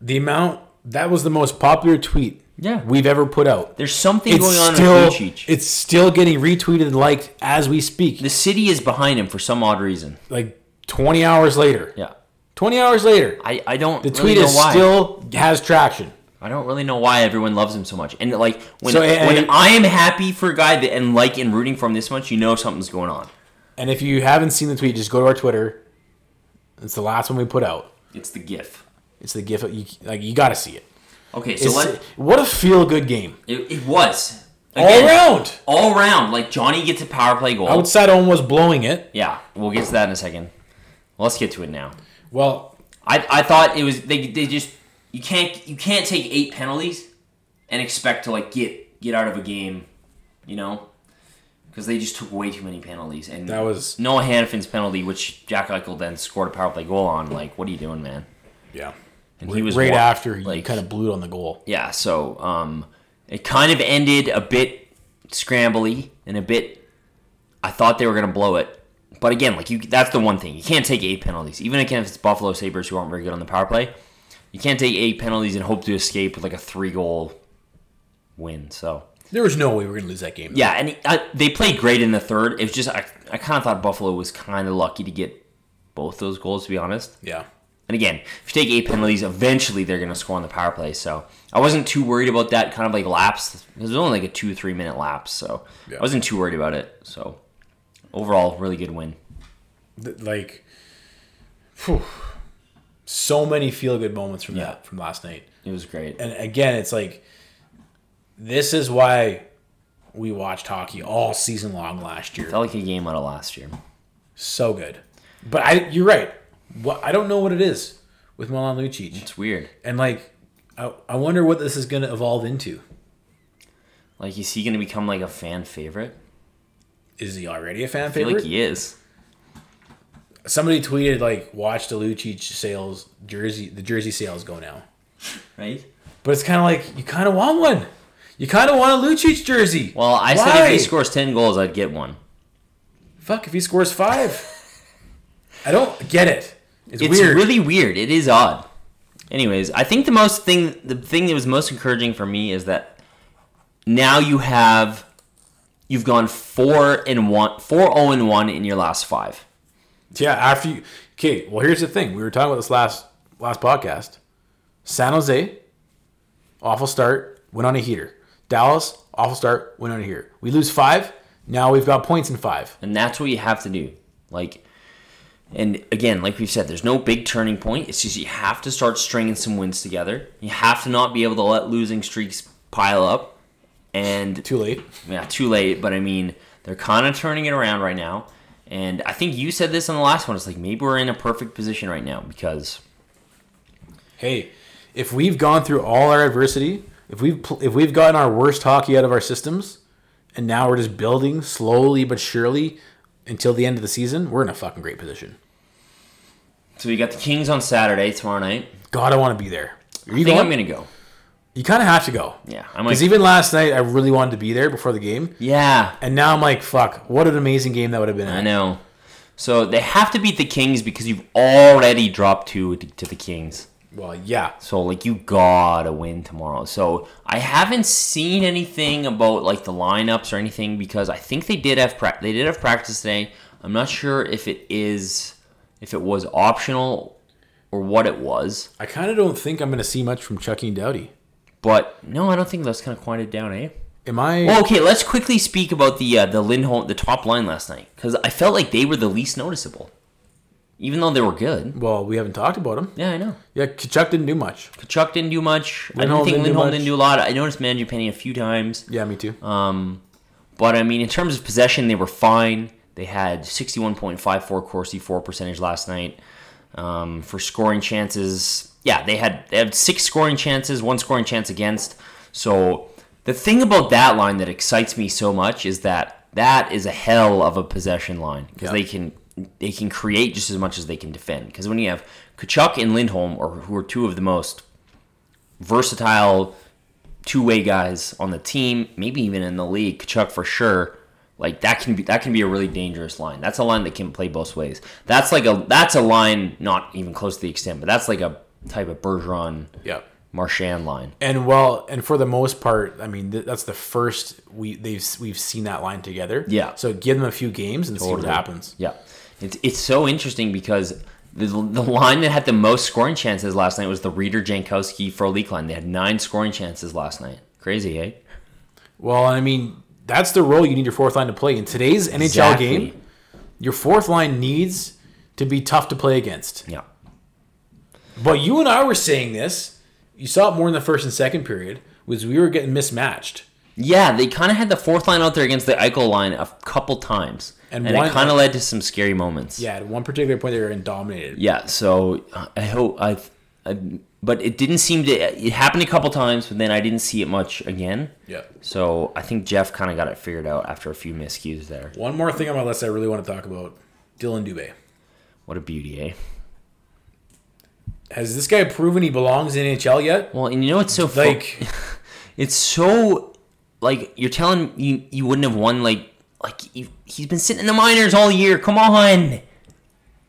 the amount that was the most popular tweet Yeah. we've ever put out there's something it's going on still with Lucic. it's still getting retweeted and liked as we speak the city is behind him for some odd reason. like 20 hours later Yeah, 20 hours later I I don't. the really tweet know is why. still has traction I don't really know why everyone loves him so much. And like when So, and- when I am happy for a guy that and like and rooting for him this much, you know something's going on. and if you haven't seen the tweet just go to our twitter it's the last one we put out It's the GIF. it's the gif you, like you gotta see it Okay, so It's- let what a feel good game it, it was all Again, around all round. Like Johnny gets a power play goal. outside on was blowing it yeah, we'll get to that in a second. Well, let's get to it now. well I, I thought it was they, they just you can't you can't take eight penalties and expect to like get get out of a game, you know, because they just took way too many penalties and that was Noah Hanfin's penalty, which Jack Eichel then scored a power play goal on. Like, what are you doing, man? yeah And he was right wa- after he like- kind of blew it on the goal. Yeah, so um, it kind of ended a bit scrambly and a bit. I thought they were gonna blow it, but again, like you—that's the one thing you can't take eight penalties, even again if it's Buffalo Sabers who aren't very good on the power play. You can't take eight penalties and hope to escape with like a three-goal win. So There was no way we were going to lose that game. yeah, and I, they played great in the third. It was just I, I kind of thought Buffalo was kind of lucky to get both those goals, to be honest. Yeah. And again, if you take eight penalties, eventually they're going to score on the power play. So I wasn't too worried about that kind of like lapse. It was only like a two, three minute lapse. So Yeah. I wasn't too worried about it. So overall, really good win. Th- Like, phew. so many feel good moments from that, from last night. It was great. And again, it's like, this is why we watched hockey all season long last year. Felt like a game out of last year. So good. But I, you're right. What, I don't know what it is with Milan Lucic. It's weird. And like, I, I wonder what this is going to evolve into. Like, is he going to become like a fan favorite? Is he already a fan I feel favorite? like he is. Somebody tweeted like, "Watch the Lucic sales jersey, the jersey sales go now." Right? But it's kind of like you kind of want one. You kind of want a Lucic jersey. Well, I said if Why? he scores 10 goals, I'd get one. fuck if he (laughs) scores five. I don't get it. It's, It's weird. really weird. It is odd. Anyways, I think the most thing the thing that was most encouraging for me is that now you have you've gone four and one four oh and one in your last five. yeah. After you, okay. Well, here's the thing. We were talking about this last last podcast. San Jose, awful start, went on a heater. Dallas, awful start, went on a heater. We lose five. Now we've got points in five. And that's what you have to do. Like and again, like we've said, there's no big turning point. It's just you have to start stringing some wins together. You have to not be able to let losing streaks pile up. And Too late. yeah, too late. But I mean, they're kind of turning it around right now. And I think you said this on the last one. It's like maybe we're in a perfect position right now because hey, if we've gone through all our adversity, if we've pl- if we've gotten our worst hockey out of our systems, and now we're just building slowly but surely until the end of the season, we're in a fucking great position. so we got the Kings on Saturday tomorrow night. God, I want to be there. Are I you think going? I'm gonna go. You kind of have to go. Yeah, I'm like, Because even last night, I really wanted to be there before the game, yeah, and now I'm like, fuck, what an amazing game that would have been. I know. So they have to beat the Kings because you've already dropped two to- to the Kings. Well, yeah, So like you gotta win tomorrow. So I haven't seen anything about like the lineups or anything because I think they did have pra- they did have practice today. I'm not sure if it is if it was optional or what it was. I kind of don't think I'm gonna see much from Chucky and Doughty. But no, I don't think that's kind of quieted down, eh? Am I? Well, okay, let's quickly speak about the uh, the Lindholm the top line last night because I felt like they were the least noticeable, even though they were good. well, we haven't talked about him. Yeah, I know. Yeah, Kachuk didn't do much. Kachuk didn't do much. Lindholm I didn't didn't think do Lindholm much. didn't do a lot. I noticed Mangiapane a few times. Yeah, me too. Um, but I mean, in terms of possession, they were fine. They had 61.54 Corsi four percentage last night. Um, for scoring chances, yeah, they had they had six scoring chances, one scoring chance against. So the thing about that line that excites me so much is that that is a hell of a possession line because Yeah. they can they can create just as much as they can defend. Because when you have Kachuk and Lindholm, or who are two of the most versatile two way guys on the team, maybe even in the league, Kachuk for sure. Like that can be that can be a really dangerous line. That's a line that can play both ways. That's like a that's a line not even close to the extent, but that's like a type of Bergeron yeah. Marchand line. And well, and for the most part, I mean th- that's the first we they've we've seen that line together. Yeah. So give them a few games and see Totally. what happens. Yeah, it's it's so interesting because the the line that had the most scoring chances last night was the Reader Jankowski Frolik line. They had nine scoring chances last night. Crazy, eh? Well, I mean that's the role you need your fourth line to play in today's NHL Exactly. game. Your fourth line needs to be tough to play against. Yeah, But you and I were saying this. You saw it more in the first and second period. Was we were getting mismatched. yeah. They kind of had the fourth line out there against the Eichel line a couple times, And and, one- it kind of led to some scary moments. Yeah, at one particular point they were in dominated. Yeah, so uh, I hope I, I, but it didn't seem to. It happened a couple times, but then I didn't see it much again. Yeah. So I think Jeff kind of got it figured out after a few miscues there. One more thing on my list I really want to talk about: Dylan Dubé. What a beauty, eh? Has this guy proven he belongs in NHL yet? Well, and you know what's so fu- (laughs) Like. it's so like you're telling you you wouldn't have won like like you, he's been sitting in the minors all year. Come on,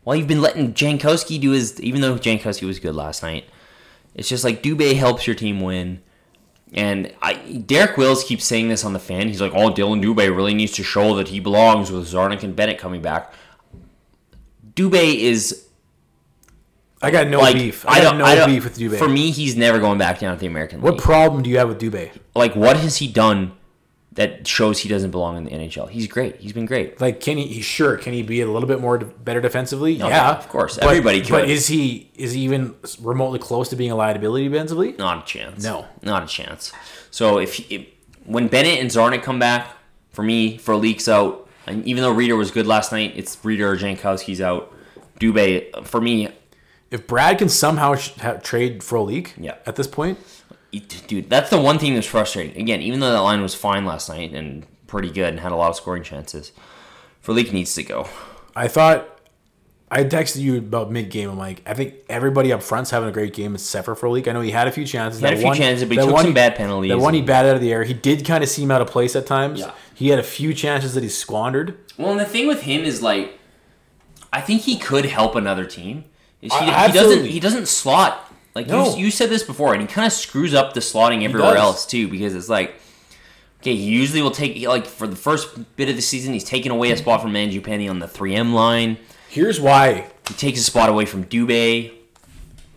while you've been letting Jankowski do his even though Jankowski was good last night, it's just like Dubé helps your team win. And I Derek Wills keeps saying this on the fan. He's like, "Oh, Dylan Dubé really needs to show that he belongs with Zarnik and Bennett coming back." Dubé is I got no like beef. I, I, got don't no I don't, beef with Dubé. For me, he's never going back down to the American what League. problem do you have with Dubé? like what has he done that shows he doesn't belong in the NHL? He's great. He's been great. Like, can he? he- Sure, can he be a little bit more de- better defensively? No, yeah, Oh, of course. But, Everybody But could. is he is he even remotely close to being a liability defensively? Not a chance. No. not a chance. So if, he- if when Bennett and Zarnik come back, for me, for leaks out, and even though Reader was good last night, it's Reader or Jankowski's out. Dubé, for me, If Brad can somehow sh- ha- trade Frolik, Yeah. at this point, it- dude, that's the one thing that's frustrating. Again, even though that line was fine last night and pretty good and had a lot of scoring chances, Verleek needs to go. I thought I texted you about mid game. I'm like, I think everybody up front's having a great game except for Frolik. I know he had a few chances. He had a few chances, but he took some bad penalties. That one he batted out of the air. He did kind of seem out of place at times. Yeah. He had a few chances that he squandered. Well, and the thing with him is like, I think he could help another team. Is he, Uh, he doesn't. absolutely. He doesn't slot like you- No. you, said this before, and he kind of screws up the slotting everywhere does. else too because it's like. Okay, he usually will take like for the first bit of the season, he's taking away a spot from Mangiapane on the 3M line. Here's why He takes a spot away from Dubé.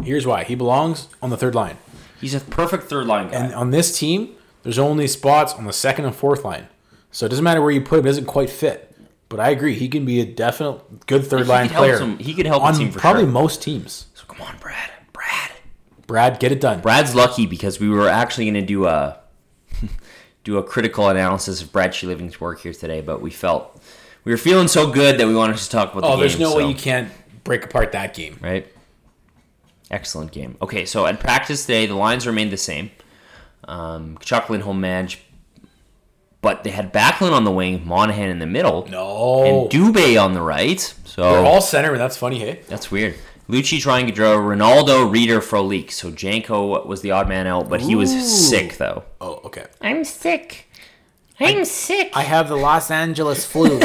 Here's why he belongs on the third line. He's a perfect third line guy. And on this team, there's only spots on the second and fourth line. So it doesn't matter where you put him, it doesn't quite fit. But I agree, he can be a definite good third he line could help player some- he could help the on team for probably sure. most teams. So come on, Brad. Brad. Brad, get it done. Brad's lucky because we were actually going to do a (laughs) do a critical analysis of Brad Living's work here today, but we felt we were feeling so good that we wanted to talk about. the oh, there's game, no so- way you can't break apart that game. right? Excellent game. Okay, so at practice today, the lines remained the same. Um, Kachuk, Lindholm, Madge, but they had Backlund on the wing, Monahan in the middle, No. and Dubé on the right. So They're all centermen. That's funny, hey? that's weird. Lucci, Ryan Gaudreau, Ronaldo, Reader, Frolik. So Janko was the odd man out, but he was Ooh. sick though. Oh, okay. I'm sick. I'm sick. I have the Los Angeles (laughs) flu.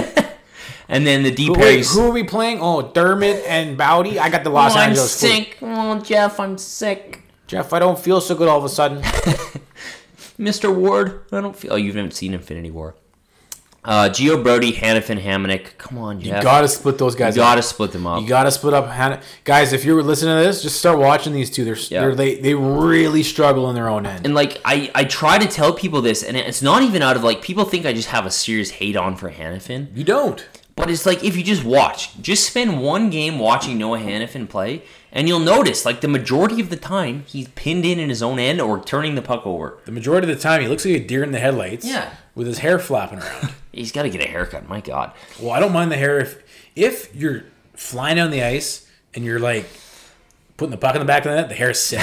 and then the D But wait, pairs. who are we playing? Oh, Dermot and Bowdy. I got the Los I'm Angeles flu. sick. Oh, Jeff, I'm sick. Jeff, I don't feel so good all of a sudden. Mr. Ward, I don't feel. Oh, you haven't seen Infinity War. Uh, Geo Brody, Hannafin, Hamannik. Come on, Jeff. You gotta split those guys. up. gotta split them up. You gotta split up, Hannah. Guys, if you're listening to this, just start watching these two. They're, Yeah. they're they they really struggle on their own end. and like I, I try to tell people this, and it's not even out of like people think I just have a serious hate on for Hannafin. you don't. But it's like if you just watch, just spend one game watching Noah Hannafin play, and you'll notice like the majority of the time he's pinned in in his own end or turning the puck over. The majority of the time, he looks like a deer in the headlights. Yeah. With his hair (laughs) flapping around. He's got to get a haircut. My God, well, I don't mind the hair if if you're flying on the ice and you're like putting the puck in the back of the net. The (laughs) hair's sick.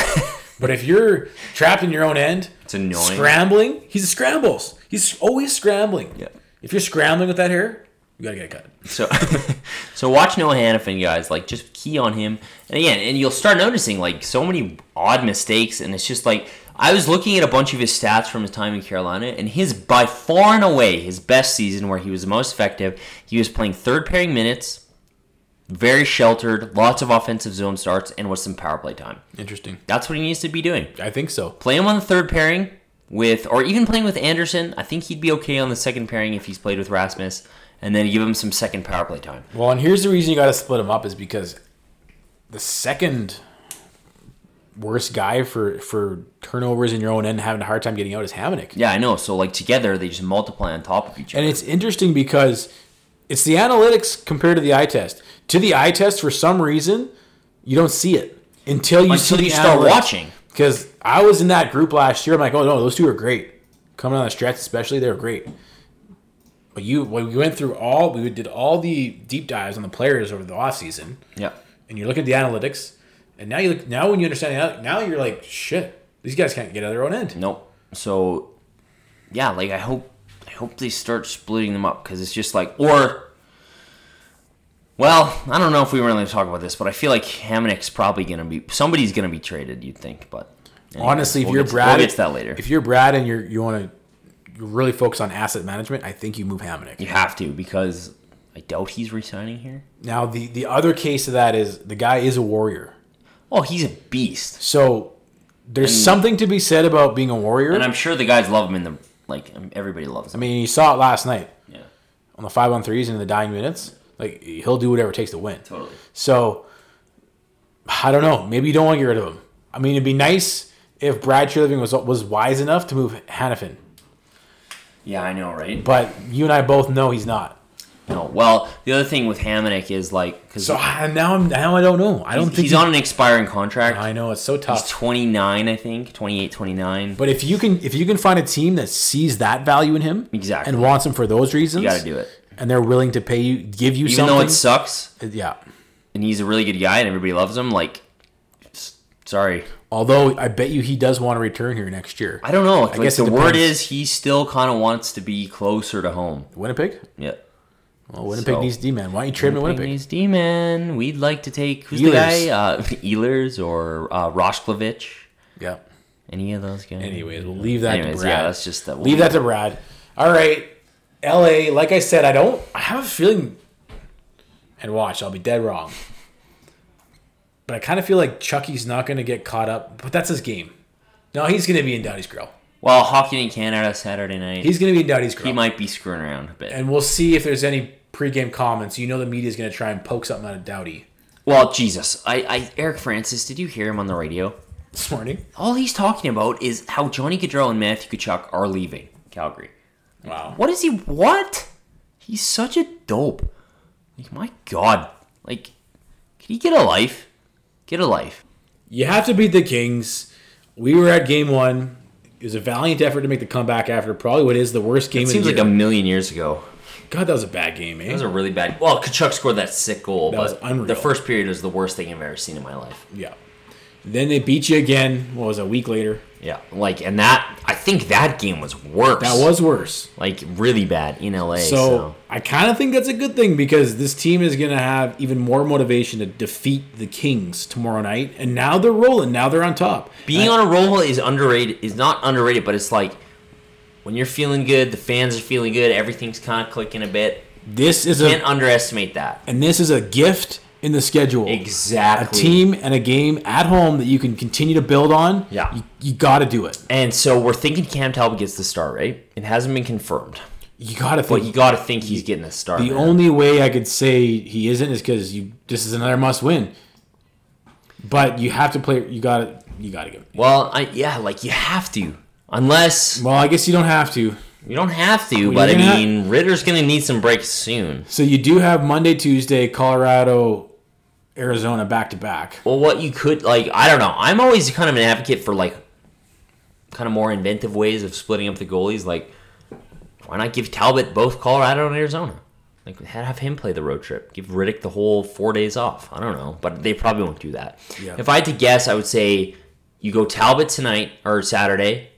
but if you're trapped in your own end, it's annoying. scrambling, he scrambles. He's always scrambling. Yeah. If you're scrambling with that hair, you gotta get it cut. So, (laughs) so watch Noah Hannafin, guys. Like, just key on him, and again, and you'll start noticing like so many odd mistakes, and it's just like I was looking at a bunch of his stats from his time in Carolina, and his by far and away his best season, where he was the most effective. He was playing third pairing minutes, very sheltered, lots of offensive zone starts, and with some power play time. Interesting. That's what he needs to be doing. I think so. Play him on the third pairing with, or even playing with Anderson. I think he'd be okay on the second pairing if he's played with Rasmus, and then give him some second power play time. Well, and here's the reason you got to split them up is because the second worst guy for for turnovers in your own end having a hard time getting out is Hamannik. Yeah, I know. So like together they just multiply on top of each other. And it's interesting because it's the analytics compared to the eye test. To the eye test, for some reason, you don't see it until you see Until the you start analytics. watching. Because I was in that group last year. I'm like, oh no, those two are great. Coming on the stretch, especially, they were great. But you, when we went through all, we did all the deep dives on the players over the off season Yeah. and you look at the analytics, and now you look now when you understand that, now you're like, shit, these guys can't get out of their own end. Nope. So yeah, like I hope I hope they start splitting them up because it's just like or. Well, I don't know if we really talk about this, but I feel like Hamannik's probably gonna be somebody's gonna be traded. You'd think, but anyway, Honestly, if we'll you're get to- Brad, we'll get to that later. If you're Brad and you're you want to really focus on asset management, I think you move Hamannik. you have to because I doubt he's resigning here. Now the the other case of that is the guy is a warrior, Oh, he's a beast, so there's something to be said about being a warrior. and I I'm sure the guys love him in the like um, everybody loves him. mean, you saw it last night Yeah, on the five on threes and in the dying minutes. Like he'll do whatever it takes to win. totally. So I don't know. Maybe you don't want to get rid of him. I mean, it'd be nice if Brad Living was was wise enough to move Hannafin, Yeah, I know, right? but you and I both know he's not. No. Well, the other thing with Hamannik is like because So I, now I'm now I don't know. I don't think he's on an expiring contract. I know it's so tough. He's 29, I think, 28, 29. but if you can if you can find a team that sees that value in him Exactly. and wants him for those reasons, you got to do it. And they're willing to pay you, give you Even something. uh, though it sucks, yeah. and he's a really good guy, and everybody loves him. Like, s- sorry, Although I bet you he does want to return here next year. I don't know. like, guess it the word depends. is he still kind of wants to be closer to home. Winnipeg. Yeah. Well, Winnipeg So- needs D man. Why don't you trade him to Winnipeg? Winnipeg's D-man. We'd like to take who's the guy? Ehlers. Uh, (laughs) Ehlers or uh, Roshkovich? Yeah. Any of those guys? Anyways, we'll leave that to Anyways, Brad. yeah, that's just that. Leave that to Brad. All right. LA, like I said, I don't I have a feeling and watch, I'll be dead wrong. But I kind of feel like Chucky's not gonna get caught up, but that's his game. No, he's gonna be in Dowdy's grill. Well, hockey in Canada Saturday night. He's gonna be in Dowdy's grill. he might be screwing around a bit. and we'll see if there's any pregame comments. You know the media's gonna try and poke something out of Dowdy Well, Jesus, I, I Eric Francis, did you hear him on the radio? this morning. All he's talking about is how Johnny Gaudreau and Matthew Kachuk are leaving Calgary. Wow. What is he? What? He's such a dope. Like my God. Like, can he get a life? Get a life. You have to beat the Kings. We were at game one. It was a valiant effort to make the comeback after probably what is the worst game It of seems the like year. a million years ago. God, that was a bad game, eh? It was a really bad. Well, Kachuk scored that sick goal, was but unreal. the first period was the worst thing I've ever seen in my life. Yeah. Then they beat you again. What was it, a week later? Yeah, like and that I think that game was worse. That was worse. like really bad in LA. So, So I kind of think that's a good thing because this team is going to have even more motivation to defeat the Kings tomorrow night. And now they're rolling. Now they're on top. being I- on a roll is underrated. Is not underrated, but it's like when you're feeling good, the fans are feeling good, everything's kind of clicking a bit. this is Can't a underestimate that. and this is a gift in the schedule. A Exactly. team and a game at home that you can continue to build on. Yeah. you, you got to do it. And so we're thinking Cam Talbot gets the start, right? It hasn't been confirmed, You got to but you think. got to think he's getting the start. The man. only way I could say he isn't is because you. This is another must win. But you have to play. You got to. You got to go. well, I, yeah, like you have to, unless Well, I guess you don't have to. you don't have to. But I gonna have- mean, Ritter's gonna need some breaks soon. So you do have Monday, Tuesday, Colorado, Arizona back to back. Well, what you could like, I don't know. I'm always kind of an advocate for like, kind of more inventive ways of splitting up the goalies. Like, why not give Talbot both Colorado and Arizona? Like, ha- have him play the road trip. Give Riddick the whole four days off. I don't know, but they probably won't do that. Yeah. If I had to guess, I would say you go Talbot tonight or Saturday.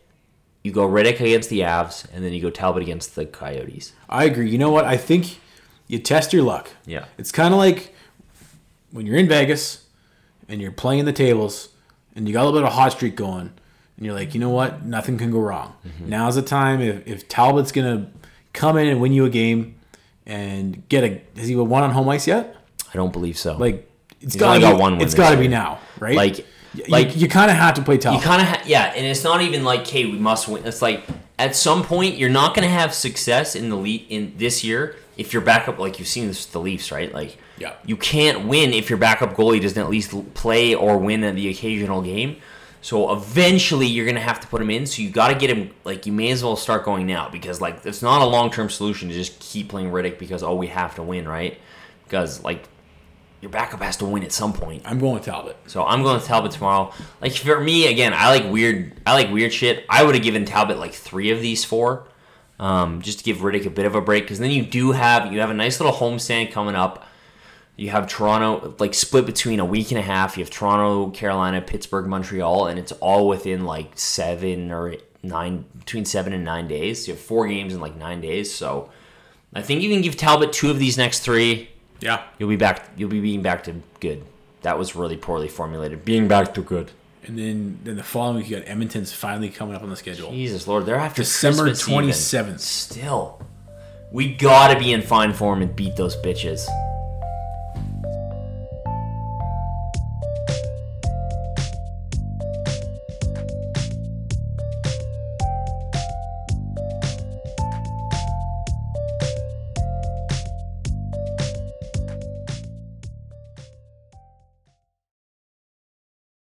You go Riddick against the Avs, and then you go Talbot against the Coyotes. I agree. You know what? I think you test your luck. Yeah. It's kind of like when you're in Vegas and you're playing the tables and you got a little bit of a hot streak going and you're like, you know what? Nothing can go wrong. Mm-hmm. Now's the time. If, if Talbot's going to come in and win you a game and get a, has he won on home ice yet? I don't believe so. Like, it's only got to got be, one win it's this got to be year. now, right? like, you, like you kind of have to play You Talbot. kind of ha- yeah, and it's not even like, hey, we must win. It's like at some point you're not going to have success in the league in this year if your backup like you've seen this with the Leafs, right? Like Yeah. you can't win if your backup goalie doesn't at least l- play or win at the occasional game. So eventually you're going to have to put him in. So you got to get him like you may as well start going now because like it's not a long-term solution to just keep playing Riddick because oh we have to win, right? Because like your backup has to win at some point. I'm going with Talbot. So I'm going with Talbot tomorrow. Like for me, again, I like weird. I like weird shit. I would have given Talbot like three of these four, um, just to give Riddick a bit of a break. Because then you do have you have a nice little homestand coming up. You have Toronto like split between a week and a half. You have Toronto, Carolina, Pittsburgh, Montreal, and it's all within like seven or nine between seven and nine days. You have four games in like nine days. So I think you can give Talbot two of these next three. Yeah. You'll be back. You'll be being back to good. That was really poorly formulated. Being back to good. And then, then the following week, you got Edmonton's finally coming up on the schedule. Jesus Lord, they're after December Christmas even. 27th. Still, we gotta be in fine form and beat those bitches.